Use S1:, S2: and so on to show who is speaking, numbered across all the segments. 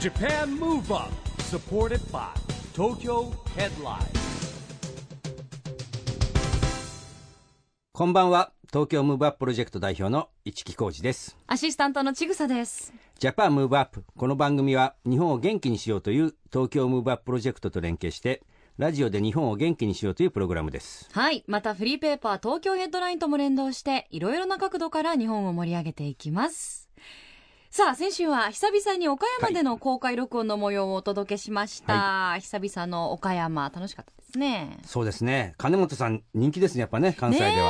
S1: Japan Move Up supported by Tokyo Headline
S2: こんばんは東京ムーブアッププロジェクト代表の市木浩司です
S3: アシスタントのちぐさです。
S2: ジャパンムーブアップこの番組は日本を元気にしようという東京ムーブアッププロジェクトと連携してラジオで日本を元気にしようというプログラムです
S3: はい。またフリーペーパー東京ヘッドラインとも連動して、いろいろな角度から日本を盛り上げていきます。さあ、先週は久々に岡山での公開録音の模様をお届けしました。久々の岡山、楽しかったですね。
S2: そうですね金本さん人気ですねやっぱね関西では、
S3: ね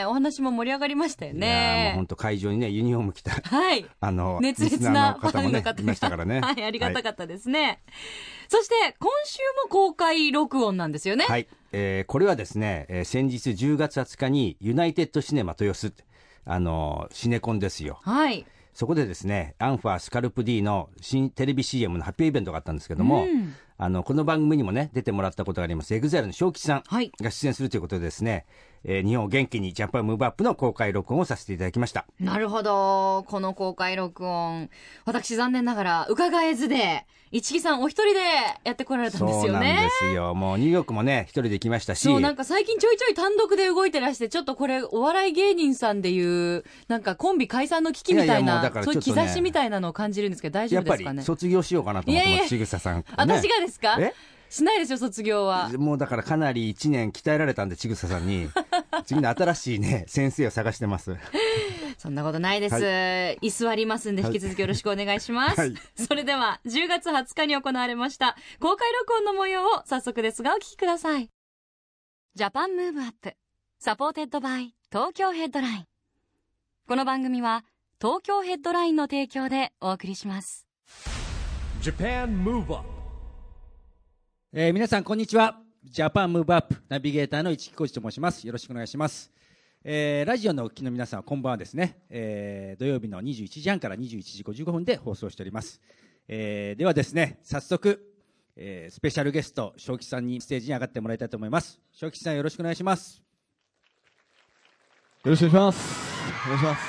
S3: え、お話も盛り上がりましたよ
S2: いやーもう
S3: ね
S2: 本。当会場にねユニフォーム着た
S3: はい。
S2: あの
S3: 熱
S2: リス
S3: 烈
S2: ナ
S3: な
S2: ー
S3: ファンの
S2: 方もね
S3: 方
S2: い
S3: が
S2: ましたからね
S3: はい、ありがたかったですね。そして、今週も公開録音なんですよね。
S2: はい、えーこれはですね、えー先日10月20日にユナイテッドシネマ豊洲ってあのーシネコンですよ
S3: はい。
S2: そこでですねアンファスカルプ D の新テレビ CM の発表イベントがあったんですけども、
S3: うん
S2: あのこの番組にもね出てもらったことがありますエグザイルの正吉さん
S3: はい
S2: が出演するということでですね、えー日本を元気にジャパンムーブアップの公開録音をさせていただきました
S3: なるほど。この公開録音。私残念ながら伺えずで、市木さんお一人でやってこられたんです
S2: そう
S3: よ
S2: なん
S3: ね
S2: で。すよもうニューヨークもね一人で行きましたし
S3: そう、なんか最近ちょいちょい単独で動いてらして、ちょっとこれお笑い芸人さんでいう、なんかコンビ解散の危機みたい
S2: いやいやもう
S3: な、
S2: だからちょ
S3: そ
S2: っ
S3: う
S2: と
S3: い
S2: ね
S3: う兆しみたいなのを感じるんですけど、大丈
S2: やっ
S3: 夫で
S2: ぱ
S3: すか
S2: り
S3: ね。
S2: 卒業しようかなと思って
S3: いやい
S2: ます
S3: や
S2: ちぐささん、ね、
S3: 私がですか
S2: え
S3: しないですよ、卒業は。
S2: もうだからかなり1年鍛えられたんで、ちぐささん に、次の新しいね、先生を探してます。
S3: そんなことないです。
S2: は
S3: 居座りますんで、
S2: はい
S3: 引き続きよろしくお願いします。
S2: はい
S3: それでは、10月20日に行われました、公開録音の模様を早速ですがお聞きください。ジャパンムーブアップ、サポーテッドバイ、東京ヘッドライン。この番組は、東京ヘッドラインの提供でお送りします。
S1: Japan Move Up
S4: えー皆さんこんにちはジャパンムーブアップナビゲーターの市木浩司と申しますよろしくお願いします、えーラジオのお聞きの皆さんこんばんはですね、えー土曜日の21時半から21時55分で放送しております、えーではですね早速、えースペシャルゲスト正吉さんにステージに上がってもらいたいと思います正吉さんよろしくお願いします
S5: よろしくお願いします。お願いします。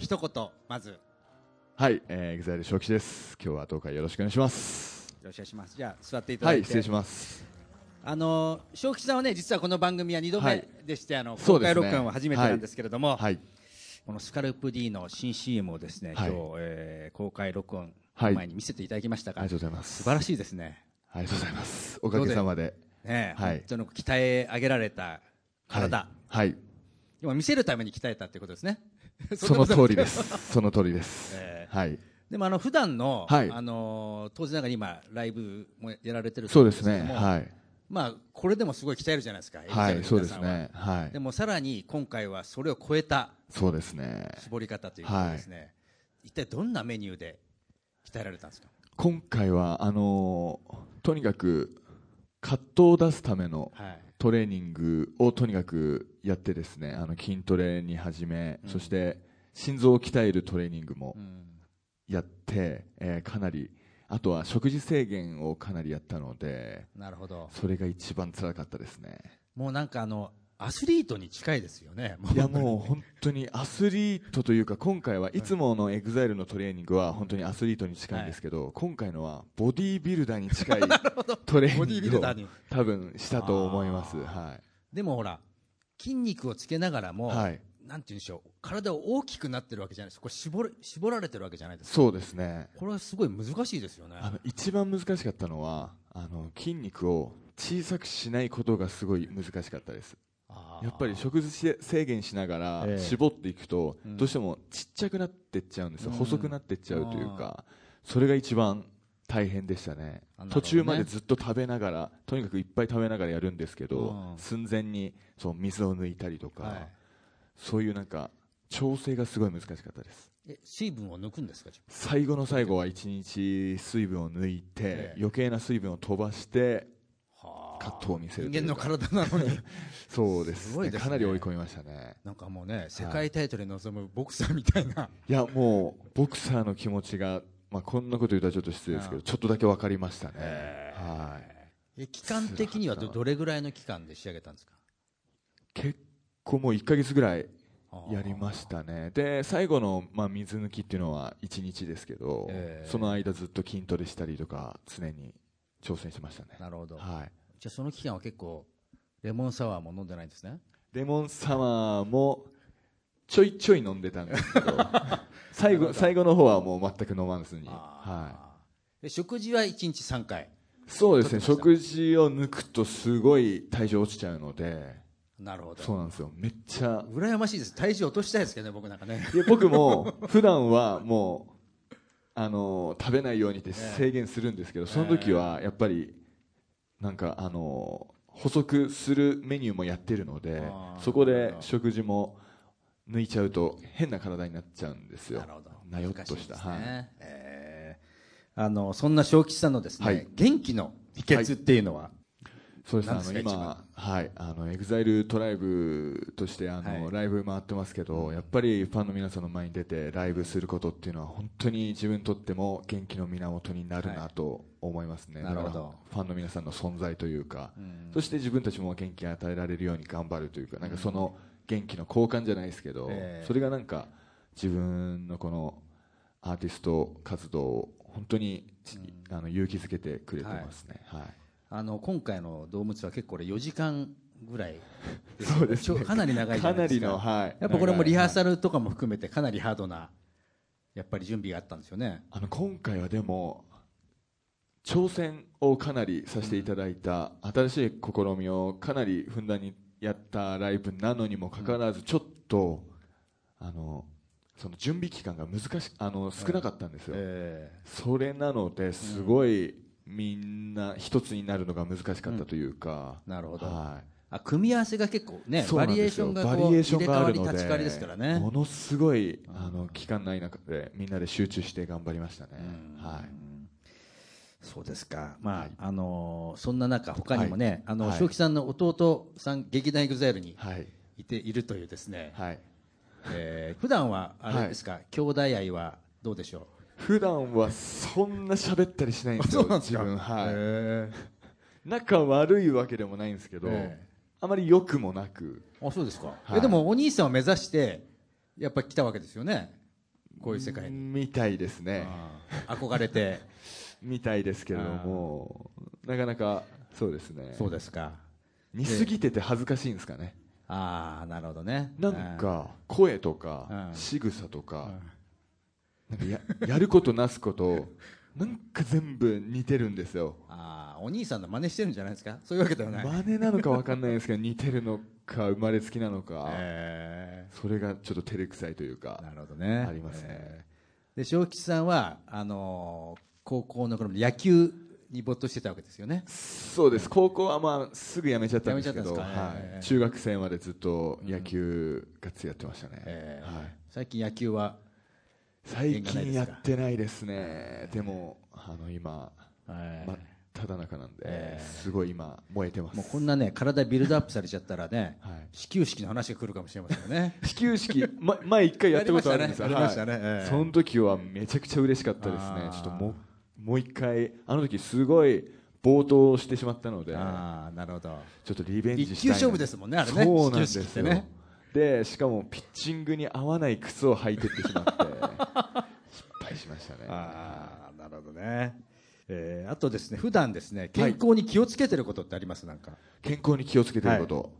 S4: 一言まずよ
S5: はい、えー、エグザイル正吉です。今日はどうかよろしくお願いします。
S4: ろしくお願いしますじゃあ座っていただ
S5: はい
S4: て、
S5: い、失礼します。
S4: あのー正吉さんはね実はこの番組は2度
S5: は
S4: 目
S5: い
S4: でして、あの
S5: そ
S4: 公
S5: うです
S4: 開
S5: ね
S4: 録音は初めてなんですけれども、
S5: はい、
S4: このスカルプ D の新 CM をですね、
S5: はい
S4: 今日、えー公開録音
S5: はい
S4: 前に見せていただきましたが、
S5: ありがとうございます
S4: 素晴らしいですね。
S5: ありがとうございます。おかげさまで。
S4: ねえ、
S5: はい
S4: 本当の鍛え上げられた体、
S5: はい。はい、
S4: 今見せるために鍛えたってことですね。
S5: その
S4: んなこと
S5: 通りで。す。その通り です。
S4: え
S5: はい、
S4: でもあの普段の、
S5: はい
S4: あのー当然ながら今ライブもやられてると
S5: そう
S4: 思ん
S5: ですね。
S4: けども
S5: はい、
S4: まあこれでもすごい鍛えるじゃないですか。
S5: は
S4: EXILE の
S5: い、そうで
S4: 皆
S5: す
S4: さんは
S5: ね。。はい
S4: で、もさらに今回はそれを超えた
S5: そうですね。
S4: 絞り方ということですね。一体どんなメニューで鍛えられたんですか。
S5: 今回はあのーとにかく葛藤を出すための
S4: はい。
S5: トレーニングをとにかくやってですね。あの筋トレに始め、
S4: うん
S5: そして心臓を鍛えるトレーニングも。
S4: うん
S5: やって、えーかなりあとは食事制限をかなりやったので
S4: なるほど。
S5: それが一番辛かったですね
S4: もうなんかあの、アスリートに近いですよね。もう
S5: いやもう本当にアスリートというか今回はいつものエグザイルのトレーニングは本当にアスリートに近いんですけど、今回のはボディービルダー に近いトレ
S4: ボディー
S5: ーニ
S4: ビ
S5: ング
S4: ル
S5: を
S4: ダーに。
S5: 多分したと思いますは
S4: でもほら、筋肉をつけながら
S5: い、
S4: も、
S5: はい、
S4: なんて言うんでしょう、体を大きくなってるわけじゃないです。これ絞れ絞られてるわけじゃないです。
S5: そうですね
S4: これはすごい難しいですよね。
S5: あの一番難しかったのはあの筋肉を小さくしないことがすごい難しかったです
S4: あー
S5: やっぱり食事し制限しなが
S4: え
S5: ら
S4: え
S5: 絞っていくと、
S4: うん
S5: どうしてもちっちゃくなってっちゃうんですよ、
S4: うん
S5: 細くなってっちゃうというかそれが一番大変でしたね
S4: あなるほどね
S5: 途中までずっと食べながらとにかくいっぱい食べながらやるんですけど、
S4: うん
S5: 寸前にそう水を抜いたりとか、
S4: はい
S5: そういうなんか調整がすごい難しかったです
S4: え水分を抜くんですか、自分
S5: 最後の最後は1日水分を抜いて、
S4: ええ
S5: 余計な水分を飛ばして
S4: は
S5: カットを見せるとい
S4: 人間
S5: う
S4: の
S5: か
S4: 体なの に。
S5: そうです
S4: すごいですね
S5: かなり追い込みましたね
S4: なんかもうね、世界タイトルに臨むボクサーみたい な。
S5: いやもうボクサーの気持ちが、まあ、こんなこと言うとはちょっと失礼ですけ
S4: う
S5: ど
S4: ん
S5: ちょっとだけ分かりましたね、
S4: へー
S5: はい
S4: え期間的にはどどれぐらいの期間で仕上げたんですか
S5: 結構もう1か月ぐらいやりましたねで最後の、まあ、水抜きっていうのは1日ですけど、
S4: ええ
S5: その間ずっと筋トレしたりとか常に挑戦しましたね
S4: なるほど、
S5: はい、
S4: じゃあその期間は結構レモンサワーも飲んでないんですね
S5: レモンサワーもちょいちょい飲んでたんですけど最後最後の方はもう全く飲まずに、は
S4: はい、で食事は1日3回
S5: い、そうですね食事を抜くとすごい体重落ちちゃうので
S4: なるほど
S5: そうなんですよめっちゃ
S4: 羨ましいです体重落としたいですけどね僕なんかね
S5: いや僕も普段はもうあの食べないようにって制限するんですけど、その時はやっぱりなんかあの補足するメニューもやってるので
S4: あー
S5: そこで食事も抜いちゃうと変な体になっちゃうんですよ
S4: なるほど
S5: なよっとし
S4: 難いで
S5: た
S4: す
S5: はい
S4: ねえーあのそんな正吉さんのですね、
S5: はい
S4: 元気の秘訣っていうのは、
S5: そうですね
S4: なんですか一
S5: あの今
S4: 番、
S5: はい、あのエグザイルトライブとしてあの、
S4: はい
S5: ライブ回ってますけど、やっぱりファンの皆さんの前に出てライブすることっていうのは本当に自分にとっても元気の源になる
S4: は
S5: ないと思いますね、
S4: なるほど
S5: だからファンの皆さんの存在というか、
S4: ん
S5: そして自分たちも元気を与えられるように頑張るというかなんかその元気の交換じゃないですけど、
S4: ええ
S5: それがなんか自分のこのアーティスト活動を本当に、あの勇気づけてくれてますね。はい
S4: あの今回の「動物」は結構これ4時間ぐらいですよ
S5: そう ですね
S4: ちょかなり長いじゃないですか
S5: かなりのはい
S4: やっぱこれも
S5: 長い
S4: リハーサルとかも含めてかなりハードなやっぱり準備があったんですよね
S5: あの今回はでも挑戦をかなりさせていただいた、新しい試みをかなりふんだんにやったライブなのにもかかわらずちょっと、あのその準備期間が難しあの少なかったんですよ、
S4: え
S5: それなのですごいみんな一つになるのが難しかったというか、
S4: なるほど
S5: はい
S4: あ組み合わせが結構ね
S5: そう
S4: バ
S5: なん
S4: リエー
S5: で
S4: シ
S5: す
S4: ョ
S5: よ
S4: ンがこ
S5: バ
S4: う
S5: リエ
S4: 入
S5: ーション
S4: れ替
S5: があ
S4: わ
S5: る
S4: り
S5: ので
S4: 立ち替わりですからね
S5: ものすごいあの期間ない中でみんなで集中して頑張りましたね、はい
S4: そうですか、まああのーそんな中、他にもね、
S5: はい
S4: あの
S5: はい
S4: 正木さんの弟さん、劇団エグザイルに
S5: はい
S4: いているというですね、
S5: はい
S4: えー普段はあ
S5: は
S4: れ
S5: い
S4: ですか、兄弟愛はどうでしょ
S5: 普段はそんな喋ったりしないんですよ
S4: そうなんですか
S5: 自分は
S4: う、
S5: い、
S4: え
S5: 仲悪いわけでもないんですけど、
S4: ええ
S5: あまり良くもなく
S4: あそうですか、
S5: はい
S4: えでもお兄さんを目指して、やっぱり来たわけですよね、こういう世界に。
S5: みたいですね
S4: あー憧れて、
S5: みたいですけれどもなかなかそうですね
S4: そうですか、
S5: 似すぎてて恥ずかしいんですかね
S4: ああ、なるほどね。
S5: なんか声とか
S4: うん
S5: 仕草とかなんかや やることなすことなんか全部似てるんですよ
S4: あーお兄さんの真似してるんじゃないですか、そういうわけではない。
S5: 真似なのか分かんないですけど似てるのか生まれつきなのか、
S4: えー
S5: それがちょっと照れくさいというか
S4: なるほどね。
S5: ありますね
S4: えーで、正吉さんは、あのー高校の頃野球に没頭してたわけですよね。
S5: そうです高校はまあすぐ辞めちゃったんですけど
S4: 辞めちゃったんですか
S5: はい
S4: ええ
S5: 中学生までずっと野球がつやってましたね、
S4: えー
S5: はい、
S4: 最近野球は、
S5: 最
S4: 縁が
S5: 近
S4: ないです
S5: や
S4: か
S5: ってないですねでもあの今、
S4: えー
S5: ま、ただ中なんで、
S4: ええ
S5: すごい今燃えてます
S4: もうこんなね、体ビルドアップされちゃったらね、
S5: はい。
S4: 始球式の話が来るかもしれませんよね
S5: 始球式、ま、前一回やったことあるんですよ
S4: やりましたねやりましたね
S5: はい
S4: ええ
S5: その時はめちゃくちゃ嬉しかったですね
S4: あー
S5: ちょっともうもう一回あの時すごい暴投してしまったので
S4: ああ、なるほど。
S5: ちょっとリベンジしたい
S4: 一級勝負ですもんねあれね
S5: そうなんですよ
S4: 始球式ってね
S5: でしかもピッチングに合わない靴を履いてって しまって失敗しましたね
S4: ああ、なるほどね。えーあとですね、普段ですね、健康に気をつけてることってあります、なんか。
S5: 健康に気をつけてること、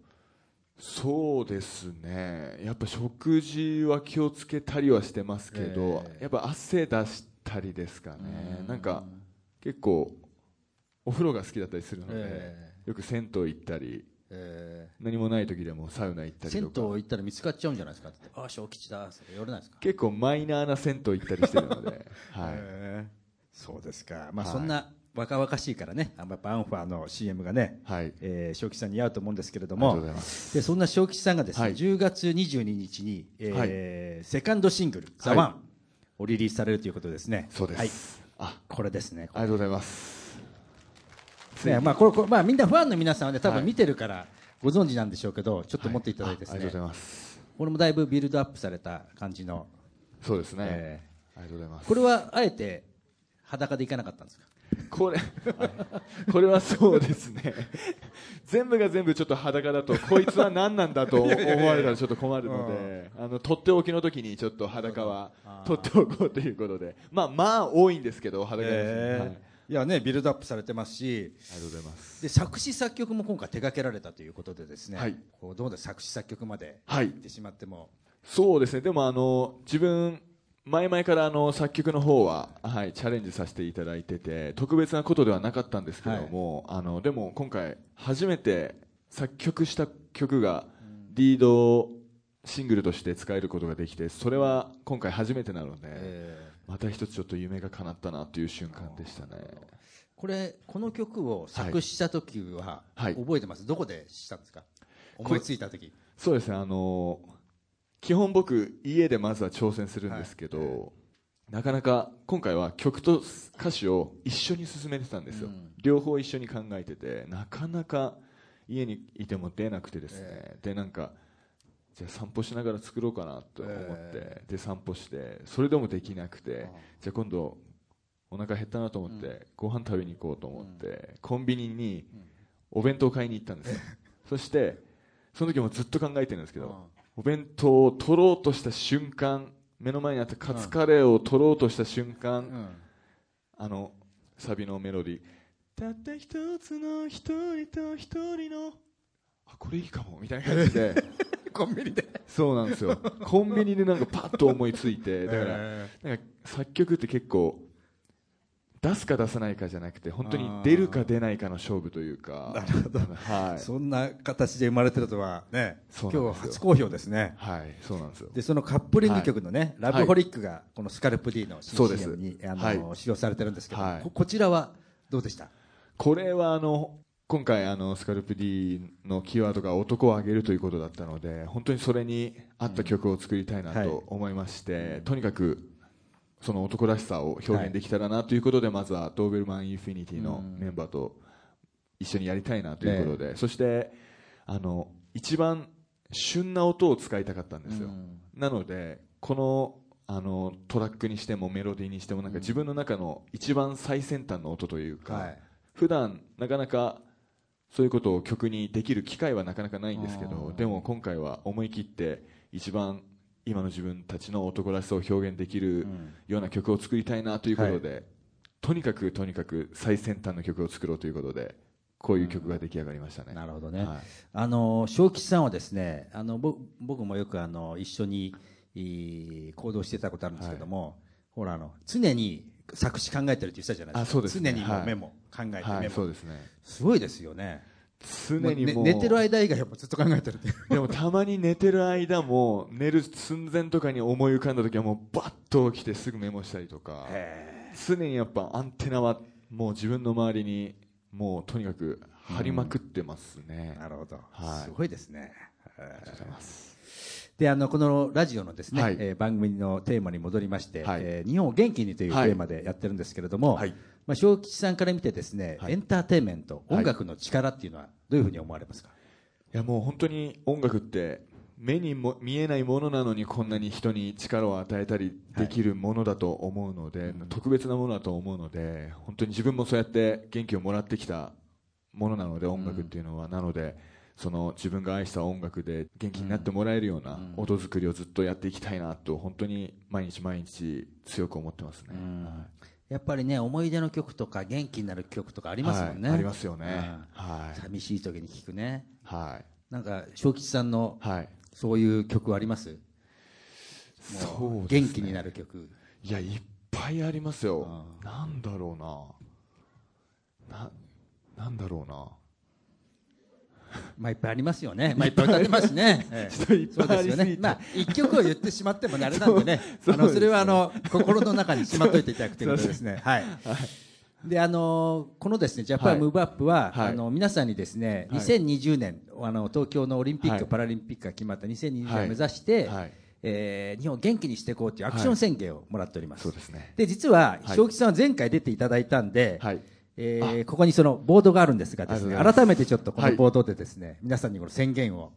S5: そうですねやっぱ食事は気をつけたりはしてますけど、
S4: ええ
S5: やっぱ汗出したりですかねなんか結構お風呂が好きだったりするので、
S4: え
S5: よく銭湯行ったり
S4: え
S5: 何もない時でもサウナ行った
S4: ー
S5: りと
S4: 銭湯
S5: か
S4: 行ったら見つかっちゃうんじゃないですかって言ってああ、小吉だ、それ言われないですか
S5: 結構マイナーな銭湯行ったりしてる ので、はい、
S4: へえそうですか、まあ、
S5: はい
S4: そんな若々しいからね、あやっぱアンファーの CM がね、
S5: はい
S4: えー正吉さんに合うと思うんですけれど
S5: あ
S4: も、
S5: りがとうございま
S4: でそんな正吉さんがですね、
S5: はい
S4: 10月22日に、えーセカンドシングル、ザワンをリリースされるということですね。
S5: そうです、
S4: はい
S5: あ
S4: これですね。
S5: ありがとうございます
S4: ねまあこれこれまあみんなファンの皆さんはね多
S5: は
S4: 分
S5: い
S4: 見てるからご存知なんでしょうけど、ちょっと持っていただいてです
S5: ああ
S4: ね。
S5: りがとうございます
S4: これもだいぶビルドアップされた感じの。
S5: そうですね、
S4: え
S5: ありがとうございます
S4: これはあえて裸でいかなかったんですか。
S5: これこれはそうですね全部が全部ちょっと裸だとこいつは何なんだ と思われたらちょっと困るのであのとっておきの時にちょっと裸は取っておこうということでまあまあ多いんですけど裸ですね、
S4: えー
S5: はい
S4: いやねビルドアップされてますし
S5: ありがとうございます
S4: で作詞作曲も今回手掛けられたということでですね、
S5: はい
S4: こうどうです作詞作曲まで
S5: はい
S4: 行ってしまっても、
S5: そうですねでもあの自分前々からあの作曲の方は、はい、チャレンジさせていただいてて特別なことではなかったんですけども、あのでも今回初めて作曲した曲がリードシングルとして使えることができてそれは今回初めてなので、また一つちょっと夢が叶ったなという瞬間でしたね
S4: これこの曲を作詞した時は
S5: はい
S4: 覚えてます、どこでしたんですか思いついた時
S5: そうですねあの基本僕家でまずは挑戦するんですけど、なかなか今回は曲と歌詞を一緒に進めてたんですよ、
S4: うん
S5: 両方一緒に考えててなかなか家にいても出なくてですね、でなんかじゃあ散歩しながら作ろうかなと思って、
S4: え
S5: で散歩してそれでもできなくて、
S4: あ
S5: じゃあ今度お腹減ったなと思って、
S4: うん
S5: ご飯食べに行こうと思って、コンビニにお弁当を買いに行ったんですよそしてその時もずっと考えてるんですけど、お弁当を取ろうとした瞬間目の前にあったカツカレーを取ろうとした瞬間、
S4: うんうん
S5: あのサビのメロディーたった一つの一人と一人のあこれいいかもみたいな感じで
S4: コンビニで、
S5: そうなんですよコンビニでなんかパッと思いつい てだから、なんか作曲って結構出すか出さないかじゃなくて本当に出るか出ないかの勝負というか
S4: なるほど
S5: はい
S4: そんな形で生まれてるとはね
S5: そ
S4: 今
S5: うなんですよ
S4: 日初公表ですね
S5: はいそうなんですよ
S4: でそのカップリング曲のね、
S5: はい
S4: ラブホリックがこのスカルプ D の新
S5: そうです
S4: CM に、あの
S5: はい
S4: 使用されてるんですけど、
S5: はい
S4: ここちらはどうでした
S5: これはあの今回あのスカルプ D のキーワードが男を挙げるということだったので本当にそれに合った曲を作りたいな
S4: はい
S5: と思いまして、とにかくその男らしさを表現できたらなということで、まずはドーベルマンインフィニティのメンバーと一緒にやりたいなということで、そしてあの一番旬な音を使いたかったんですよ、なのでこのあのトラックにしてもメロディーにしてもなんか自分の中の一番最先端の音というか、
S4: はい
S5: 普段なかなかそういうことを曲にできる機会はなかなかないんですけどでも今回は思い切って一番今の自分たちの男らしさを表現できるような曲を作りたいなということで、とにかくとにかく最先端の曲を作ろうということでこういう曲が出来上がりましたね、
S4: なるほどね、
S5: はい
S4: あの正吉さんはですねあのぼ僕もよくあの一緒にいい行動してたことあるんですけども、ほらあの常に作詞考えてるって言ってたじゃないですか
S5: あそうですね
S4: 常にも
S5: は
S4: う
S5: い
S4: メモ、考えてメモ、
S5: はい、そう
S4: す
S5: ですね
S4: ごいですよね
S5: 常にもう
S4: もうね寝てる間以外やっぱずっと考えてる っていう
S5: でもたまに寝てる間も寝る寸前とかに思い浮かんだ時はもうバッと起きてすぐメモしたりとか常にやっぱアンテナはもう自分の周りにもうとにかく張りまくってますね、
S4: なるほど、
S5: はい
S4: すごいですね
S5: ありがとうございます
S4: であのこのラジオのですね、
S5: はい
S4: えー番組のテーマに戻りまして、
S5: はい
S4: えー日本を元気にというテ
S5: はい
S4: ーマでやってるんですけれども、
S5: はい
S4: まあ、正吉さんから見てですね、
S5: はい
S4: エンターテインメント
S5: はい
S4: 音楽の力っていうのはどういうふうに思われますか、
S5: いやもう本当に音楽って目にも見えないものなのにこんなに人に力を与えたりできるものだと思うので、特別なものだと思うので本当に自分もそうやって元気をもらってきたものなので音楽っていうのは、なのでその自分が愛した音楽で元気になってもらえるような音作りをずっとやっていきたいなと本当に毎日毎日強く思ってますね。
S4: やっぱりね思い出の曲とか元気になる曲とかありますもんね、
S5: はいありますよね
S4: うん。
S5: はい
S4: 寂しい時に聴くね
S5: はい
S4: なんか正吉さんの
S5: はい。
S4: そういう曲あります
S5: そうですね
S4: 元気になる曲
S5: いやいっぱいありますよなんだろうなななんだろうな
S4: まあいっぱいありますよね。まあいっぱいあります ね。ええ
S5: ちょっといっぱいありすぎて
S4: そうですよね。まあ一曲を言ってしまってもねあれなんでね。
S5: そう
S4: あの
S5: そうですね
S4: それはあの心の中にしまっといていただくということです ね。はい。であのこのですねジャパ
S5: は
S4: ン
S5: い
S4: ムーブアップは、
S5: は
S4: あ
S5: い
S4: の皆さんにですね、
S5: はい
S4: 2020年あの東京のオリンピック、
S5: はい
S4: パラリンピックが決まった2020年を
S5: は
S4: 目
S5: い
S4: 指して、
S5: はい
S4: えー日本を元気にしていこうというアクション宣言をもらっております。
S5: そうですね
S4: で実は
S5: はい
S4: 正吉さんは前回出ていただいたんで、
S5: はい
S4: えーここにそのボードがあるんですがです
S5: あり
S4: ね
S5: がとうございます
S4: 改めてちょっとこの
S5: はい
S4: ボードでですね、皆さんにこの宣言を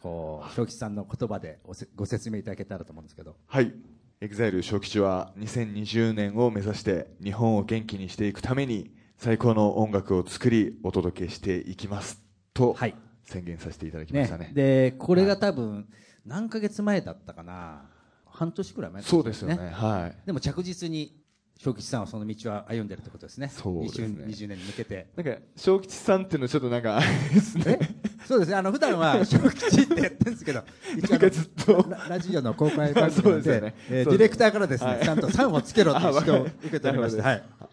S4: こう正吉さんの言葉でおせご説明いただけたらと思うんですけど
S5: はい EXILE 小吉は2020年を目指して日本を元気にしていくために最高の音楽を作りお届けしていきますと
S6: はい
S5: 宣言させていただきま
S6: ね
S5: したね。
S6: でこれが多分何ヶ月前だったかな半年くらい前だった
S5: そ
S6: ん
S5: うですよね。はい。
S6: でも着実に正吉さんはその道は歩んでるってことですね
S5: そうですね
S6: 20, 20年に向けて
S5: なんか小吉さんっていうのちょっとなん かあれですね。
S6: そうですねあの普段 は正吉ってやってるんですけど一
S5: な
S6: 応
S5: んかずっと
S6: ララジオの公開番組なん
S5: そうですよ
S6: で
S5: ね
S6: えー
S5: そ
S6: ディ
S5: うです
S6: レクターからですね、
S5: はい
S6: ちゃんと「3をつけろ」という
S5: あ
S6: 指導
S5: わかり
S6: を受けておりまして、
S5: な
S6: は
S5: る
S6: い
S5: ほどです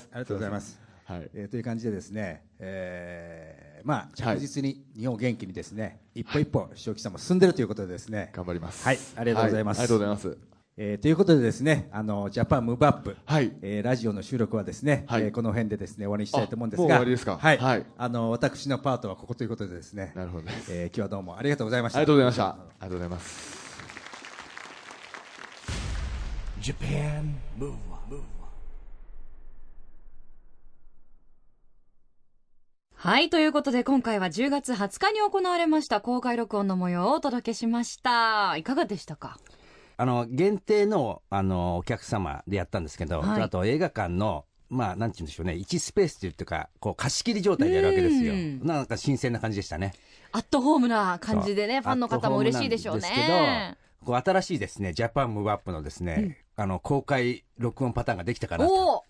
S5: ありがとうございます。
S6: はい、ありがとうございます。
S5: はい
S6: えーという感じでですね、えーまあ着実に日本を元気にですね、一歩一歩正吉さんも進んでるということでですね。
S5: 頑張ります。
S6: はい、ありがとうございます。
S5: はありがとうございます。
S6: えーということでですね、あのジャパンムーブアップ、
S5: はい
S6: えーラジオの収録はですね、
S5: はい
S6: えーこの辺でですね終わりにしたいと思うんですが、
S5: あもう終わりですか
S6: はい、
S5: はい
S6: あの私のパートはここということでですね、
S5: なるほどです。
S6: えー今日はどうもありがとうございました。
S5: ありがとうございました。ありがとうございます。
S1: Japan Move Up
S3: はい。ということで、今回は10月20日に行われました公開録音の模様をお届けしました。いかがでしたか
S4: あの、限定の、あの、お客様でやったんですけど、
S3: はい
S4: あと映画館の、まあ、なんて言うんでしょうね、1スペースというか、こう、貸し切り状態でやるわけですよ
S3: うん。
S4: なんか新鮮な感じでしたね。
S3: アットホームな感じでね、ファンの方も嬉しいでしょう
S4: アットホームなん
S3: ね
S4: で。すけど、こう、新しいですね、ジャパンムーブアップのですね、あの、公開録音パターンができたかなと。
S3: おお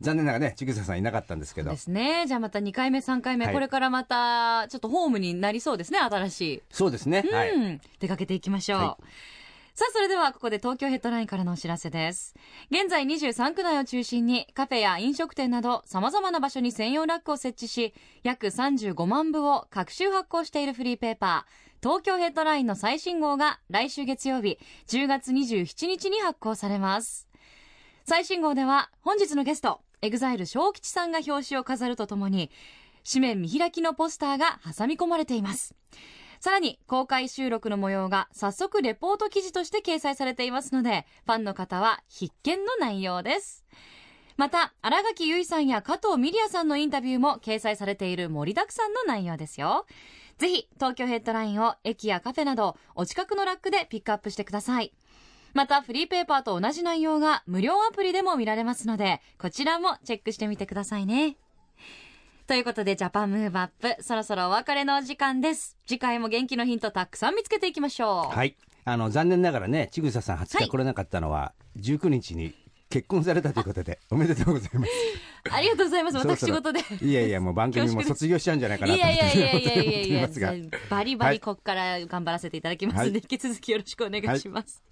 S4: 残念ながらね、ちぐささんいなかったんですけど
S3: で。すね。じゃあまた2回目、3回目、
S4: はい
S3: これからまた、ちょっとホームになりそうですね、新しい。
S4: そうですね。はい。
S3: うん、出かけていきましょう。
S4: は
S3: さあ、それではここで東京ヘッドラインからのお知らせです。現在23区内を中心にカフェや飲食店など様々な場所に専用ラックを設置し、約35万部を各週発行しているフリーペーパー、東京ヘッドラインの最新号が来週月曜日、10月27日に発行されます。最新号では本日のゲスト、エグザイル小吉さんが表紙を飾るとともに、紙面見開きのポスターが挟み込まれています。さらに公開収録の模様が早速レポート記事として掲載されていますので、ファンの方は必見の内容です。また、荒垣結衣さんや加藤ミリアさんのインタビューも掲載されている盛りだくさんの内容ですよ。ぜひ、東京ヘッドラインを駅やカフェなど、お近くのラックでピックアップしてください。また、フリーペーパーと同じ内容が無料アプリでも見られますので、こちらもチェックしてみてくださいね。ということで、ジャパンムーブアップ、そろそろお別れのお時間です。次回も元気のヒントたくさん見つけていきましょう。
S4: はい。あの、残念ながらね、ちぐささん20日来れなかったのは、19日に結婚されたということで、おめでとうございます。
S3: ありがとうございます。
S4: そろそ
S3: 私
S4: ろ
S3: 事で。
S4: いやいや、もう番組も
S3: 恐縮です
S4: 卒業しちゃうんじゃないか
S3: い
S4: な
S3: や
S4: と
S3: い
S4: 思って
S3: やいやいや いやい
S4: ますが
S3: や、バリバ
S4: は
S3: リ
S4: い
S3: ここから頑張らせていただきますの
S4: は
S3: で、
S4: い
S3: 引き続きよろしくお願いします。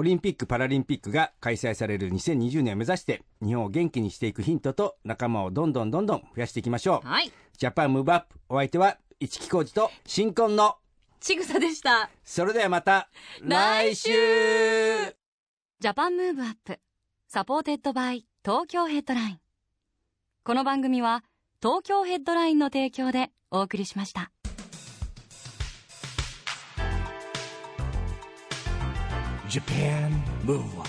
S4: オリンピック・パラリンピックが開催される2020年を目指して、日本を元気にしていくヒントと仲間をどんどんどんどん増やしていきましょう。
S3: はい。
S4: ジャパンムーブアップ、お相手は、市木浩二と新婚の、
S3: ちぐさでした。
S4: それではまた、
S3: 来週
S4: 来週
S3: ジャパンムーブアップ、サポーテッドバイ東京ヘッドライン。この番組は、東京ヘッドラインの提供でお送りしました。
S1: Japan Move Up